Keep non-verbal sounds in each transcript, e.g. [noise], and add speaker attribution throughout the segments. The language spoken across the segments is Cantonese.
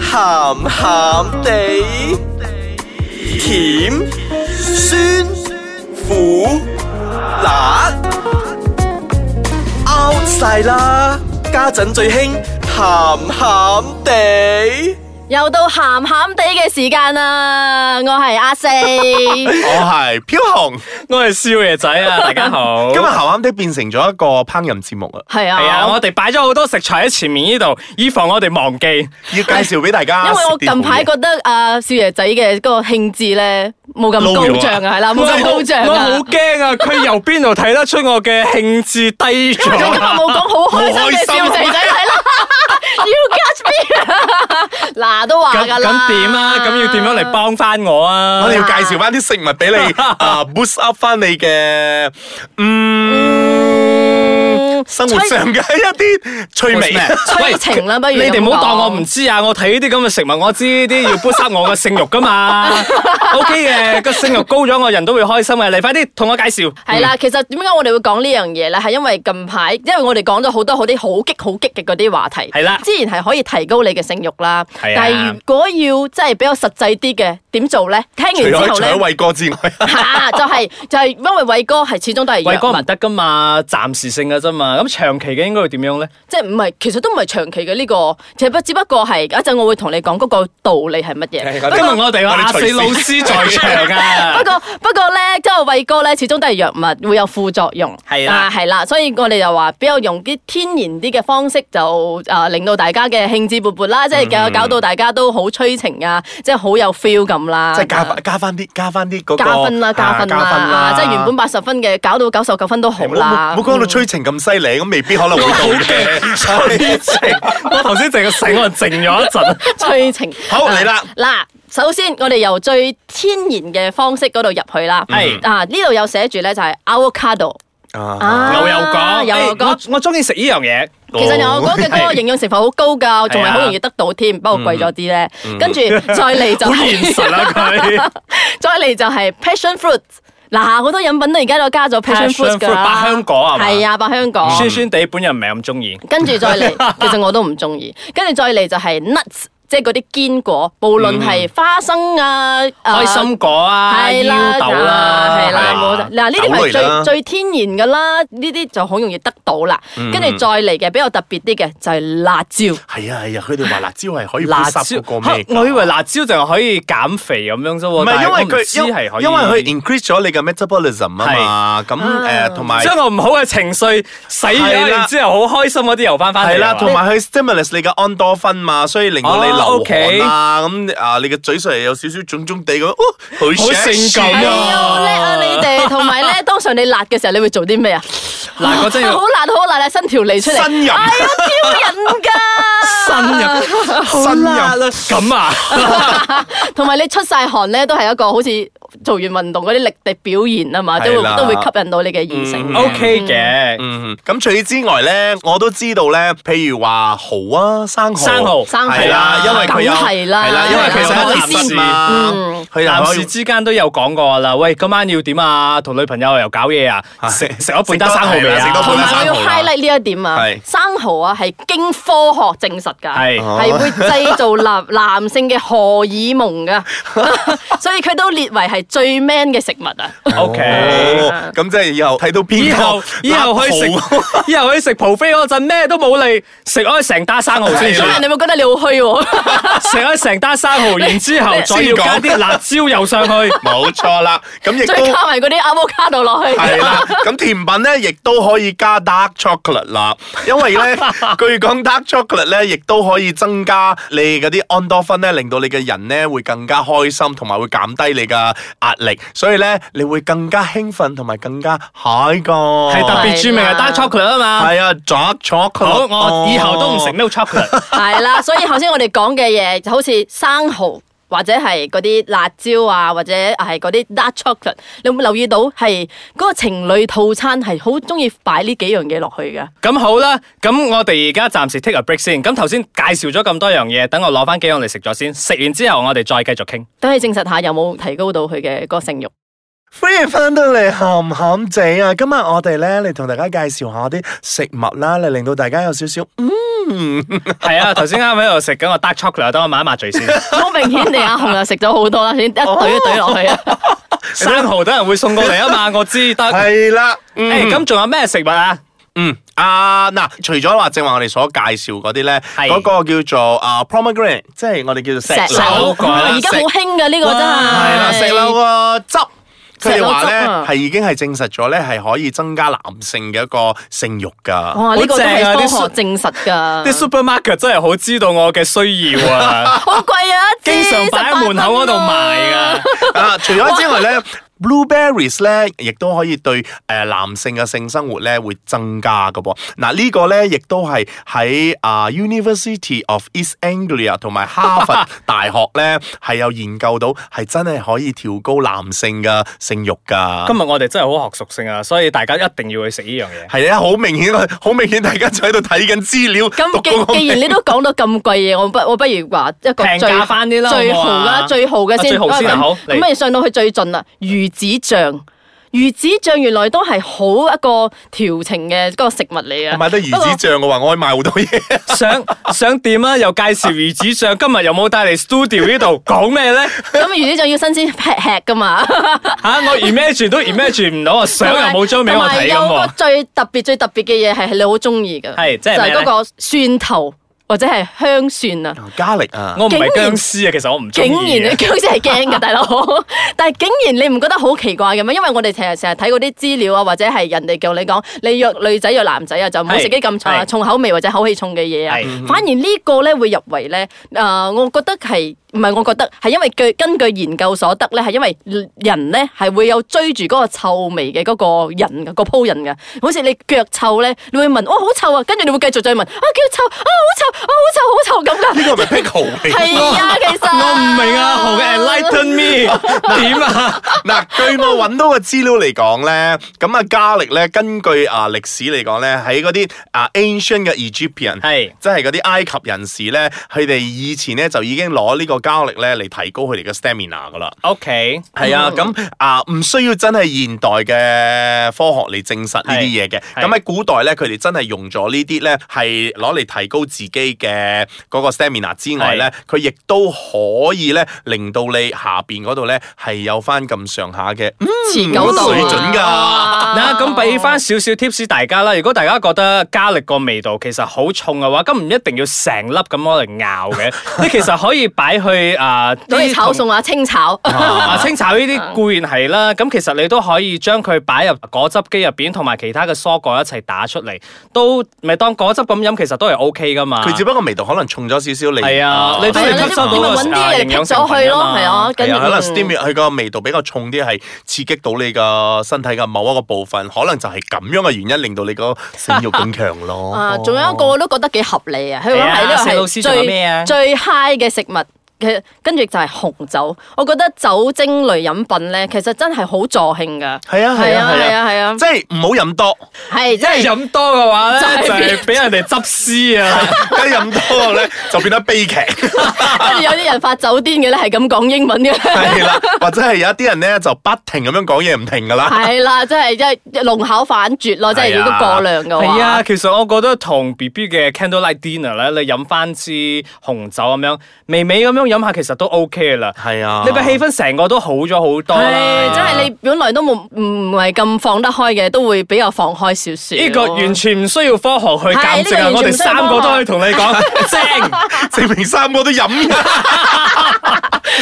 Speaker 1: 鹹鹹地，甜酸苦辣 out 晒啦！家陣最興鹹鹹地。
Speaker 2: 又到鹹鹹地嘅時間啦，我係阿
Speaker 3: [laughs]
Speaker 2: 四，
Speaker 4: 我係飄紅，
Speaker 3: 我係少爺仔啊！
Speaker 2: [laughs]
Speaker 3: 大家好，
Speaker 4: 今日鹹鹹地變成咗一個烹飪節目啊，
Speaker 2: 係
Speaker 3: 係啊，
Speaker 2: 啊
Speaker 3: 我，哋擺咗好多食材喺前面呢度，以防我哋忘記。
Speaker 4: 要介紹俾大家。
Speaker 2: [laughs] 因為我近排覺得阿少爺仔嘅嗰個興致咧冇咁高漲
Speaker 3: [laughs]
Speaker 2: 啊，係啦，冇咁高漲
Speaker 3: 我好
Speaker 2: 啊。
Speaker 3: 驚啊！佢由邊度睇得出我嘅興致低
Speaker 2: 你今日
Speaker 3: 咗？
Speaker 2: 冇講好開心嘅
Speaker 4: 好
Speaker 2: 少
Speaker 4: 開心啊
Speaker 2: 爺仔係啦 [laughs] ，You got me，嗱都話
Speaker 3: 咁
Speaker 2: 㗎啦。
Speaker 3: 咁點啊？咁要點樣嚟？幫翻我啊？
Speaker 4: 我哋要介紹翻啲食物
Speaker 2: [laughs]
Speaker 4: 俾你，啊 boost up 翻你嘅嗯生活上嘅一啲趣味。
Speaker 2: 催情啦，不如
Speaker 3: 你哋唔好當我唔
Speaker 2: 咁
Speaker 3: 知啊！我睇呢啲咁嘅食物，我知呢啲要 boost up 我嘅性慾噶嘛。OK
Speaker 2: [laughs]
Speaker 3: 嘅，個性慾高咗，我人都會開心嘅。嚟，快啲同我介紹。嗯
Speaker 2: 講係啦，其實點解我哋會講呢樣嘢咧？係因為近排，因為我哋講咗好多好啲好激好激嘅嗰啲話題。
Speaker 3: 係啦
Speaker 2: 之前係可以提高你嘅性慾啦。
Speaker 3: 係啊
Speaker 2: 但係如果要即係比較實際啲嘅，點做咧？聽
Speaker 4: 除
Speaker 2: 完
Speaker 4: 咗
Speaker 2: 之後
Speaker 4: 除
Speaker 2: 咧 [laughs]
Speaker 4: 咗，偉哥之外，
Speaker 2: 嚇就係就係因為偉哥係始終都係
Speaker 3: 偉
Speaker 2: 藥
Speaker 3: 哥
Speaker 2: 物
Speaker 3: 唔，得噶嘛，暫時性嘅啫嘛。咁長期嘅應該會點樣咧？
Speaker 2: 即係唔係其實都唔係長期嘅呢個，其實不只不過係一陣我會同你講嗰個道理係乜嘢。
Speaker 3: 今日我哋有阿四老
Speaker 4: [laughs]
Speaker 3: 師在 [laughs] 場啊
Speaker 2: 不！過不過咧，即係偉哥咧，始終都係藥物會有副作用，
Speaker 3: 係啦
Speaker 2: 啊係啦，所以我哋又話比較用啲天然啲嘅方式，就啊令到大家嘅興致勃勃啦，即
Speaker 4: 嗯
Speaker 2: 係搞搞到大家都好催情啊，即係好有 feel 咁啦。
Speaker 4: 即係加翻加翻啲加翻啲嗰個
Speaker 2: 加分啦，加分啦，
Speaker 4: 啊加分啦
Speaker 2: 啊即係原本八十分嘅，搞到九十九分都好
Speaker 4: 冇
Speaker 2: 啦
Speaker 4: 冇。冇講到催情咁犀利，咁未必可能會到 [laughs] 嘅。催情
Speaker 3: 我頭先淨個醒，我靜咗一陣。
Speaker 2: [laughs] 催情。啊
Speaker 4: 好嚟啦
Speaker 2: 嗱，首先我哋由最天然嘅方式嗰度入去啦。
Speaker 4: 嗯
Speaker 3: 係
Speaker 2: 啊，呢度有寫住咧就係 avocado
Speaker 4: 啊，
Speaker 2: 啊，
Speaker 3: 牛油果，
Speaker 2: 牛油
Speaker 3: 哎
Speaker 2: 果。
Speaker 3: 我我中意食呢樣嘢。
Speaker 2: 其實牛油果嘅嗰個
Speaker 3: 哦係啊嗯
Speaker 2: 營養成分好高㗎，仲係好容易得到添，不過貴咗啲咧。跟住再嚟就
Speaker 3: 好現
Speaker 2: 係，
Speaker 3: 實啊佢。
Speaker 2: [laughs] 再嚟就係 passion fruit。嗱，好多飲品都而家都加咗 passion fruit
Speaker 3: Passion
Speaker 2: 㗎
Speaker 3: fruit，
Speaker 2: 啦。
Speaker 3: 百香果係嘛嗯
Speaker 2: 係啊，百香果。
Speaker 3: 酸酸地，本人唔係咁中意。
Speaker 2: 跟住再
Speaker 3: [laughs]
Speaker 2: 嚟，其實我都唔中意。跟住再嚟就係 nuts，即係嗰啲堅果，無論係花生啊、
Speaker 3: 嗯開
Speaker 2: 開
Speaker 3: 心果啊，
Speaker 2: 係
Speaker 3: 腰
Speaker 2: 啦，
Speaker 3: 豆啦，
Speaker 2: 係啦，冇
Speaker 3: 係啊
Speaker 2: 錯嗱，呢啲
Speaker 4: 豆類啦
Speaker 2: 係最最天然噶啦，呢啲就好容易得到啦。
Speaker 3: 嗯
Speaker 2: 跟住再嚟嘅比較特別啲嘅就係辣椒，
Speaker 4: 係啊係啊，佢哋話辣椒係可以
Speaker 3: 辣
Speaker 4: boost
Speaker 3: 椒
Speaker 4: up 嗰個
Speaker 3: 嚇
Speaker 4: 咩㗎？
Speaker 3: 我以為辣椒就係可以減肥咁樣啫
Speaker 4: 唔
Speaker 3: 喎，但
Speaker 4: 係因
Speaker 3: 我
Speaker 4: 為
Speaker 3: 唔知
Speaker 4: 佢
Speaker 3: 係可以，
Speaker 4: 因為佢 increase 咗你嘅 metabolism 啊嘛，咁誒同埋
Speaker 3: 將我唔好嘅情緒洗
Speaker 4: 係
Speaker 3: 咗，
Speaker 4: 啦
Speaker 3: 然之後好開心嗰啲又翻翻嚟
Speaker 4: 係啦，
Speaker 3: 喎
Speaker 4: 同埋佢 stimulus 你嘅安多芬嘛，所以令到你
Speaker 3: 哦
Speaker 4: 流
Speaker 3: ，OK
Speaker 4: 汗啊，咁啊你嘅嘴唇又有少少腫腫地咁，哦好
Speaker 3: 好性感
Speaker 2: 哎
Speaker 3: 係
Speaker 2: 呀，
Speaker 3: 啊
Speaker 2: 好叻啊你哋！同埋
Speaker 3: [laughs]
Speaker 2: 咧，通常你辣嘅時候，你會做啲咩啊？
Speaker 3: 嗱，嗰陣要
Speaker 2: 好辣好辣啊，伸條脷出嚟，
Speaker 4: 呻吟
Speaker 2: 哎呀，超人㗎！
Speaker 3: 呻入，啊好辣啦，咁啊，
Speaker 2: 同埋你出晒汗咧，都係一個好似做完運動嗰啲力嘅表現啊嘛，都會
Speaker 4: 係啦
Speaker 2: 都會吸引到你嘅異
Speaker 3: 嗯
Speaker 2: 性。
Speaker 3: OK 嘅，
Speaker 4: 嗯，咁除此之外咧，我都知道咧，譬如話蠔啊，生蠔，
Speaker 3: 生蠔
Speaker 2: 生蠔
Speaker 4: 係啦，因為佢有
Speaker 2: 梗係啦
Speaker 4: 係啦，因為佢有
Speaker 3: 海
Speaker 4: 男
Speaker 3: 鮮
Speaker 4: 士嘛，佢又
Speaker 3: 男
Speaker 4: 可
Speaker 3: 士
Speaker 4: 以
Speaker 3: 嗯之間都有講過啦。喂，今晚要點啊？同女朋友又搞嘢啊？食食咗半打生蠔未
Speaker 4: 食多
Speaker 3: 啊？
Speaker 2: 同埋我要
Speaker 4: 生蠔啦
Speaker 2: highlight 呢一點啊
Speaker 4: 係，
Speaker 2: 生蠔啊係經科學證實㗎，
Speaker 3: 係哦
Speaker 2: 係會製造男 [laughs] 男性嘅荷爾蒙㗎，
Speaker 3: [laughs]
Speaker 2: 所以佢都列為係最 man 嘅食物啊！
Speaker 3: [laughs] OK。
Speaker 4: 哦咁即係以後睇到邊
Speaker 3: 啊以
Speaker 4: 個
Speaker 3: 後以後可以食
Speaker 4: 辣蠔，
Speaker 3: [laughs] 以後可以食蒲飛嗰陣咩都冇嚟，食開成打生蠔先
Speaker 2: 咁
Speaker 3: 算
Speaker 2: 人，哋會覺得你好虛喎，
Speaker 3: 食開成打生蠔，
Speaker 4: [laughs]
Speaker 3: 然之後再要加啲辣椒油上去。
Speaker 4: 冇錯啦，咁亦
Speaker 2: 再
Speaker 4: 都。
Speaker 2: 加埋嗰啲 avocado 落去，
Speaker 4: 係啦，咁甜品咧亦都可以加 dark chocolate 啦，因為
Speaker 3: [laughs]
Speaker 4: 咧據講 dark chocolate 咧亦都可以增加你嗰啲安多芬咧，令到你嘅人咧會更加開心，同埋會減低你嘅壓力，所以咧你會更加興奮同埋更加嗨個。
Speaker 3: 係特別著名係 dark chocolate 啊嘛。
Speaker 4: 係啊，dark
Speaker 3: 好，
Speaker 4: chocolate。哦
Speaker 3: 我以後都唔食 milk chocolate。
Speaker 2: 係啦，所以頭先我哋講嘅嘢就好似生蠔或者係嗰啲辣椒啊，或者係嗰啲 dark chocolate，你有冇留意到係嗰個情侶套餐係好中意擺呢幾樣嘢落去㗎？
Speaker 4: [laughs]
Speaker 3: 咁好啦，咁我哋而家暫時 take a break 先。咁頭先介紹咗咁多樣嘢，等我攞翻幾樣嚟食咗先。食完之後，我哋再繼續傾。
Speaker 2: 等你證實下有冇提高到佢嘅嗰個性慾。
Speaker 4: 歡迎翻到嚟鹹鹹地啊！今日我哋咧嚟同大家介紹下啲食物啦，嚟令到大家有少少
Speaker 3: 系
Speaker 2: [laughs]
Speaker 3: 啊，頭先啱喺度食緊個 dark chocolate，等我啊抹一抹嘴先。
Speaker 2: 好明顯地阿紅又食咗好多啦，先一
Speaker 3: 哦
Speaker 2: 懟一懟落去
Speaker 3: [laughs]
Speaker 2: 啊！
Speaker 3: 生蠔等人會送過嚟啊嘛，我
Speaker 2: [laughs]
Speaker 3: 知得。誒，
Speaker 4: 係啦，嗯
Speaker 3: 咁仲有咩食物啊？
Speaker 4: 嗯啊嗱，除咗話正話我哋所介紹嗰啲咧，
Speaker 3: 係
Speaker 4: 嗰個叫做啊 pomegranate，即係我哋叫做石
Speaker 2: 石
Speaker 4: 榴
Speaker 2: 榴，
Speaker 3: 果
Speaker 2: 哇而家好興嘅呢個真係。
Speaker 4: 係啦，石榴個汁。嗯佢
Speaker 2: 石
Speaker 4: 哋話
Speaker 2: 榴汁
Speaker 4: 咧
Speaker 2: 啊
Speaker 4: 係已經係證實咗咧係可以增加男性嘅一個性慾㗎。
Speaker 2: 哇！呢個都係
Speaker 3: 好正啊
Speaker 2: 科
Speaker 3: 啲
Speaker 2: 學證實㗎。，
Speaker 3: 啲 supermarket 真係好知道我嘅需要啊
Speaker 2: [laughs] 好貴啊！一支
Speaker 3: 經常擺喺門口嗰度賣
Speaker 2: [laughs]
Speaker 3: 噶。
Speaker 4: 啊，除咗之外咧。Blueberries 咧，亦都可以對誒、呃男性嘅性生活咧會增加嘅噃。嗱、呢個咧亦都係喺啊 University of East Anglia 同埋哈佛大學
Speaker 2: [laughs]
Speaker 4: 咧係有研究到，係真係可以調高男性嘅性慾㗎。
Speaker 3: 今日我哋真係好學熟性啊，所以大家一定要去食呢樣嘢。 [laughs]
Speaker 4: 係咧，啊好明顯，好明顯，大家就喺度睇緊資料。讀嗰
Speaker 2: 咁
Speaker 4: 個
Speaker 2: 既既
Speaker 4: [laughs]
Speaker 2: 然你都講到咁貴嘢，我不我不如話一個
Speaker 3: 平
Speaker 2: 最
Speaker 3: 價返啲啦
Speaker 2: 最
Speaker 3: 好唔
Speaker 2: 豪
Speaker 3: 好啊
Speaker 2: 啦，最豪嘅
Speaker 3: 啊
Speaker 2: 先。
Speaker 3: 最豪先啊好嚟
Speaker 2: 咁咪上到去最盡啦，魚子醬。魚子醬原來都係好一個調情嘅嗰個食物嚟啊嘅。
Speaker 4: 我買得魚子醬嘅話，我可以買好多嘢。
Speaker 2: [laughs]
Speaker 3: 想想點啊？又介紹魚子醬，今日又冇帶嚟 studio 呢度講
Speaker 2: [laughs]
Speaker 3: 咩咧？
Speaker 2: 不過咁魚子醬要新鮮劈吃噶嘛。
Speaker 3: 吓，我 imagine 都 imagine 唔到啊！相又冇張俾我睇咁
Speaker 2: 同埋有個
Speaker 3: 喎。
Speaker 2: 最特別最特別嘅嘢係你好中意嘅，
Speaker 3: 係即係
Speaker 2: 就
Speaker 3: 咩
Speaker 2: 係
Speaker 3: 呢
Speaker 2: 嗰個蒜頭或者係香蒜啊。
Speaker 4: 加力啊！
Speaker 3: 我唔係
Speaker 2: 竟然
Speaker 3: 僵屍啊，其實我唔中
Speaker 2: 竟
Speaker 3: 意
Speaker 2: 然
Speaker 3: [laughs] 嘅
Speaker 2: 你。僵屍係驚㗎，大
Speaker 3: [laughs]
Speaker 2: 佬！但係竟然你唔覺得好奇怪嘅咩？因為我哋成日成日睇嗰啲資料啊，或者係人哋叫你講，你約女仔約男仔啊，就唔好
Speaker 3: 係
Speaker 2: 食啲咁重
Speaker 3: 係
Speaker 2: 啊重口味或者口氣重嘅嘢啊
Speaker 3: 係嗯。
Speaker 2: 反而呢個咧會入圍咧，誒、我覺得係唔係？我覺得係因為據根據研究所得咧，係因為人咧係會有追住嗰個臭味嘅嗰個人嘅個鋪人嘅，好似你腳臭咧，你會聞哦好臭啊，跟住你會繼續再聞啊腳臭啊好臭啊好臭好臭咁㗎。
Speaker 4: 呢個咪 pickle 嚟㗎。
Speaker 2: 係啊，其實
Speaker 3: 我唔明啊，豪嘅 enlighten me 點啊？
Speaker 4: 嗱，據我揾到嘅資料嚟講咧，咁啊加力咧，根據啊歷史嚟講咧，喺嗰啲啊 ancient 嘅 Egyptian，
Speaker 3: 係
Speaker 4: 即係嗰啲埃及人士咧，佢哋以前咧就已經攞呢個加力咧嚟提高佢哋嘅 stamina 噶啦。
Speaker 3: OK，
Speaker 4: 係啊，咁啊唔需要真係現代嘅科學嚟證實呢啲嘢嘅。
Speaker 3: 係
Speaker 4: 咁喺古代咧，佢哋真係用咗呢啲咧，係攞嚟提高自己嘅嗰個 stamina 之外咧，佢亦都可以咧令到你下邊嗰度咧係有翻咁上下嘅。嗯
Speaker 2: 持久度啊
Speaker 4: 水準㗎
Speaker 2: 哇
Speaker 3: 嗱，咁俾翻少少 tips 大家啦。如果大家覺得加力個味道其實好重嘅話，咁唔一定要成粒咁攞嚟咬 [laughs] 嘅，你其實可以擺去 [laughs] 啊
Speaker 2: 攞嚟炒
Speaker 3: 啲同
Speaker 2: 餸啊，清炒。
Speaker 3: 啊清炒呢啲固然係啦，咁其實你都可以將佢擺入果汁機入邊，同埋其他嘅蔬果一齊打出嚟，都咪當果汁咁飲，其實都係 O K 噶嘛。
Speaker 4: 佢只不過味道可能重咗少少，你
Speaker 3: 係啊你都
Speaker 2: 係
Speaker 3: 係
Speaker 2: 啊，
Speaker 3: 吸收到
Speaker 2: 你咪
Speaker 3: 個
Speaker 2: 揾啲嘢剔
Speaker 3: 營養成
Speaker 2: 咗
Speaker 3: 分
Speaker 2: 去
Speaker 3: 啊
Speaker 2: 咯，
Speaker 3: 嘛
Speaker 2: 係啊，跟
Speaker 4: 係
Speaker 2: 住
Speaker 4: 啊，可能
Speaker 2: 嗯
Speaker 4: stimulate 佢個味道比較重啲，係刺激到你個身體嘅某一個部分，可能就係咁樣嘅原因，令到你個性慾更強咯。
Speaker 2: 啊，仲有一個我都覺得幾合理啊，佢
Speaker 3: 係
Speaker 2: 講
Speaker 3: 啊
Speaker 2: 係
Speaker 3: 四老
Speaker 2: 呢個
Speaker 3: 師
Speaker 2: 係
Speaker 3: 仲有咩啊
Speaker 2: 最最 high 嘅食物。嘅跟住就係紅酒，我覺得酒精類飲品咧，其實真係好助興噶。
Speaker 4: 係啊係
Speaker 2: 係啊，係
Speaker 4: 啊係啊
Speaker 2: 啊，係啊
Speaker 4: 即，係唔好飲多， [laughs]
Speaker 2: 係即
Speaker 3: 因為
Speaker 2: 係
Speaker 3: 飲多嘅話咧，就
Speaker 2: 就係
Speaker 3: 係俾人哋執
Speaker 2: [laughs]
Speaker 3: 屍啊！
Speaker 4: 一飲多咧就變得悲劇，
Speaker 2: 跟住有啲人發酒癲嘅咧，係咁講英文嘅。
Speaker 4: 係啦，或者係有一啲人咧就不停咁樣講嘢唔停噶啦。
Speaker 2: 係啦，即係即係弄巧反拙咯，即係如果過量嘅話。
Speaker 3: 係啊，其實我覺得同 B B 嘅 candlelight dinner 咧，你飲翻支紅酒咁樣，微微咁樣飲下，其實都 O K 嘅啦。
Speaker 4: 係啊
Speaker 3: 你個氣氛成個都好咗好多啦
Speaker 2: 係，。真係你本來都冇唔係咁放得開嘅，都會比較放開少少。
Speaker 3: 呢個完全唔需要科學去鑑證啊！
Speaker 2: 係呢個完全唔需要
Speaker 3: 我哋三
Speaker 2: 科
Speaker 3: 個
Speaker 2: 學
Speaker 3: 都可以同
Speaker 2: [laughs]
Speaker 3: 你講正。
Speaker 4: 證明三個都飲㗎。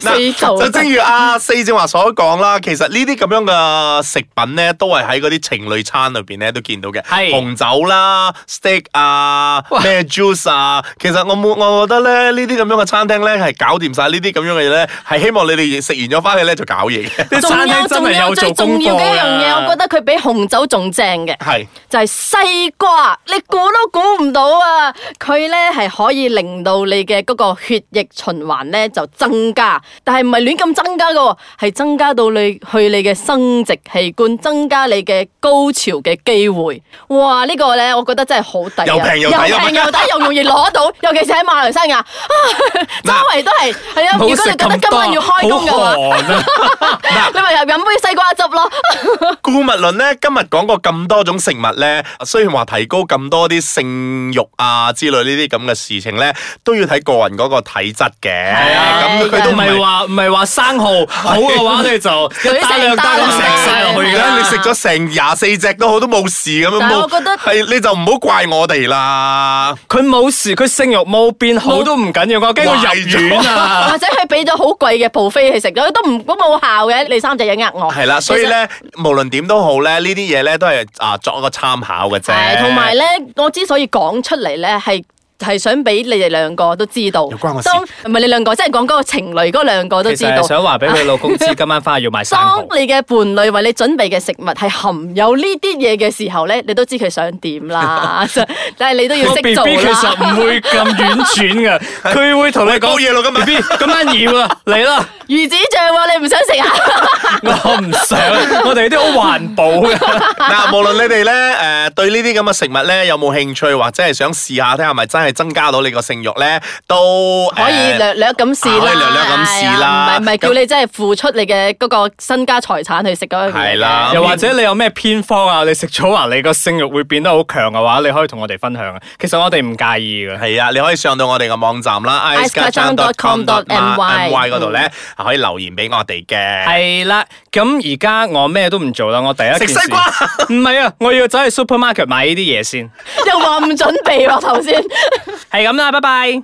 Speaker 2: 四球
Speaker 4: 就正如阿四正話所講啦，其實呢啲咁樣嘅食品咧，都係喺嗰啲情侶餐裏邊咧都見到嘅，
Speaker 3: 係
Speaker 4: 紅酒啦、steak 啊、咩 juice 啊。其實我冇，我覺得咧呢啲咁樣嘅餐廳咧係搞掂晒呢啲咁樣嘅嘢咧，係希望你哋食完咗翻去咧就搞嘢嘅，
Speaker 3: 啲
Speaker 2: 仲
Speaker 3: 餐廳
Speaker 2: 有
Speaker 3: 真
Speaker 2: 仲
Speaker 3: 係
Speaker 2: 有
Speaker 3: 有做
Speaker 2: 最
Speaker 3: 功啊
Speaker 2: 重要嘅一樣嘢，我覺得
Speaker 3: 得
Speaker 2: 佢比紅酒仲正嘅，
Speaker 4: 係。
Speaker 2: 就係西瓜，你估都估唔到啊！佢咧係可以令到你嘅嗰個血液循環咧就增加，加，但係唔係亂咁增加嘅喎，係增加到你去你嘅生殖器官，增加你嘅高潮嘅機會。哇！呢、個咧，我覺得真係好抵啊，
Speaker 4: 又平又抵
Speaker 2: 又平又抵，又容易攞到，尤其是喺馬來西亞，啊 [laughs] 周圍都係係啊。如果
Speaker 3: 冇
Speaker 2: 你
Speaker 3: 食
Speaker 2: 覺得
Speaker 3: 咁
Speaker 2: 今晚要
Speaker 3: 多，
Speaker 2: 開工嘅話，
Speaker 3: 好寒啊！
Speaker 2: 你咪又飲杯西瓜汁咯。
Speaker 4: 顧物論咧，今日講過咁多種食物咧，雖然話提高咁多啲性慾啊之類呢啲咁嘅事情咧，都要睇個人嗰個體質嘅。係
Speaker 2: 啊
Speaker 4: 咁佢都
Speaker 3: 都
Speaker 4: 唔
Speaker 3: 唔
Speaker 4: 係
Speaker 3: 係話唔係話生蠔好嘅話，你就一打兩打咁食晒落去
Speaker 4: 而
Speaker 2: 係啊
Speaker 4: 家
Speaker 3: 啦。
Speaker 4: 你食咗成廿四隻都好，都冇事咁樣。
Speaker 2: 但係
Speaker 4: 冇
Speaker 2: 我覺得
Speaker 4: 係你就唔好怪我哋啦。
Speaker 3: 佢冇事，佢性慾冇變好都唔緊要，我驚佢入 [laughs] 院啊！
Speaker 2: 或者佢俾咗好貴嘅 buffet 去食咗，都唔都冇效嘅。你三隻嘢呃我。
Speaker 4: 係啦，所以
Speaker 2: 其實
Speaker 4: 咧，無論點都好咧，呢啲嘢咧都係啊作一個參考嘅啫。
Speaker 2: 係，同埋咧，我之所以講出嚟咧，係係想俾你哋兩個都知道。
Speaker 4: 又關我事
Speaker 2: 當唔係你兩個，即係講嗰個情侶嗰兩個都
Speaker 3: 其
Speaker 2: 知
Speaker 3: 實係
Speaker 2: 道。
Speaker 3: 想話俾佢老公知，今晚翻去要買生
Speaker 2: 當
Speaker 3: 蠔。
Speaker 2: 你嘅伴侶為你準備嘅食物係含有呢啲嘢嘅時候咧，你都知佢想點
Speaker 3: [laughs]
Speaker 2: 啦。 [laughs] 但係你都要
Speaker 3: 個 B B
Speaker 2: 識做
Speaker 3: 其實
Speaker 2: 啦。
Speaker 3: 唔會咁婉轉噶，佢會同你
Speaker 4: 煲
Speaker 3: 講
Speaker 4: 嘢咯今日
Speaker 3: B B 今晚要啦，嚟啦，
Speaker 2: 魚子醬喎，你唔想食啊？
Speaker 3: 我唔想，我哋啲好環保嘅。
Speaker 4: 嗱，無論你哋咧誒對呢啲咁嘅食物咧有冇興趣，或者係想試下睇下係咪真係增加到你個性慾咧，都
Speaker 2: 可以
Speaker 4: 誒啊
Speaker 2: 略略咁試啦，
Speaker 4: 可以略略咁試啦
Speaker 2: 係啊唔係唔係叫你真係付出你嘅嗰個身家財產去食嗰樣嘢嘅
Speaker 4: 係啦
Speaker 3: 又
Speaker 2: [laughs]
Speaker 3: 或者你有咩偏方啊？你食咗話你個性慾會變得好強嘅話，你可以同我哋分享啊。其實我哋唔介意嘅。
Speaker 4: 係啊，你可以上到我哋嘅網站啦 i c e c a c o m
Speaker 2: icekacang.com.my
Speaker 4: m y 嗰度咧，可以留言俾我哋嘅。
Speaker 3: 係啦，咁而家我咩都唔做啦，我第一件事
Speaker 4: 食西瓜
Speaker 3: 唔係啊，我要走去 supermarket 買呢啲嘢先。
Speaker 2: 又話唔準備喎頭先。
Speaker 3: 係咁啦，拜拜。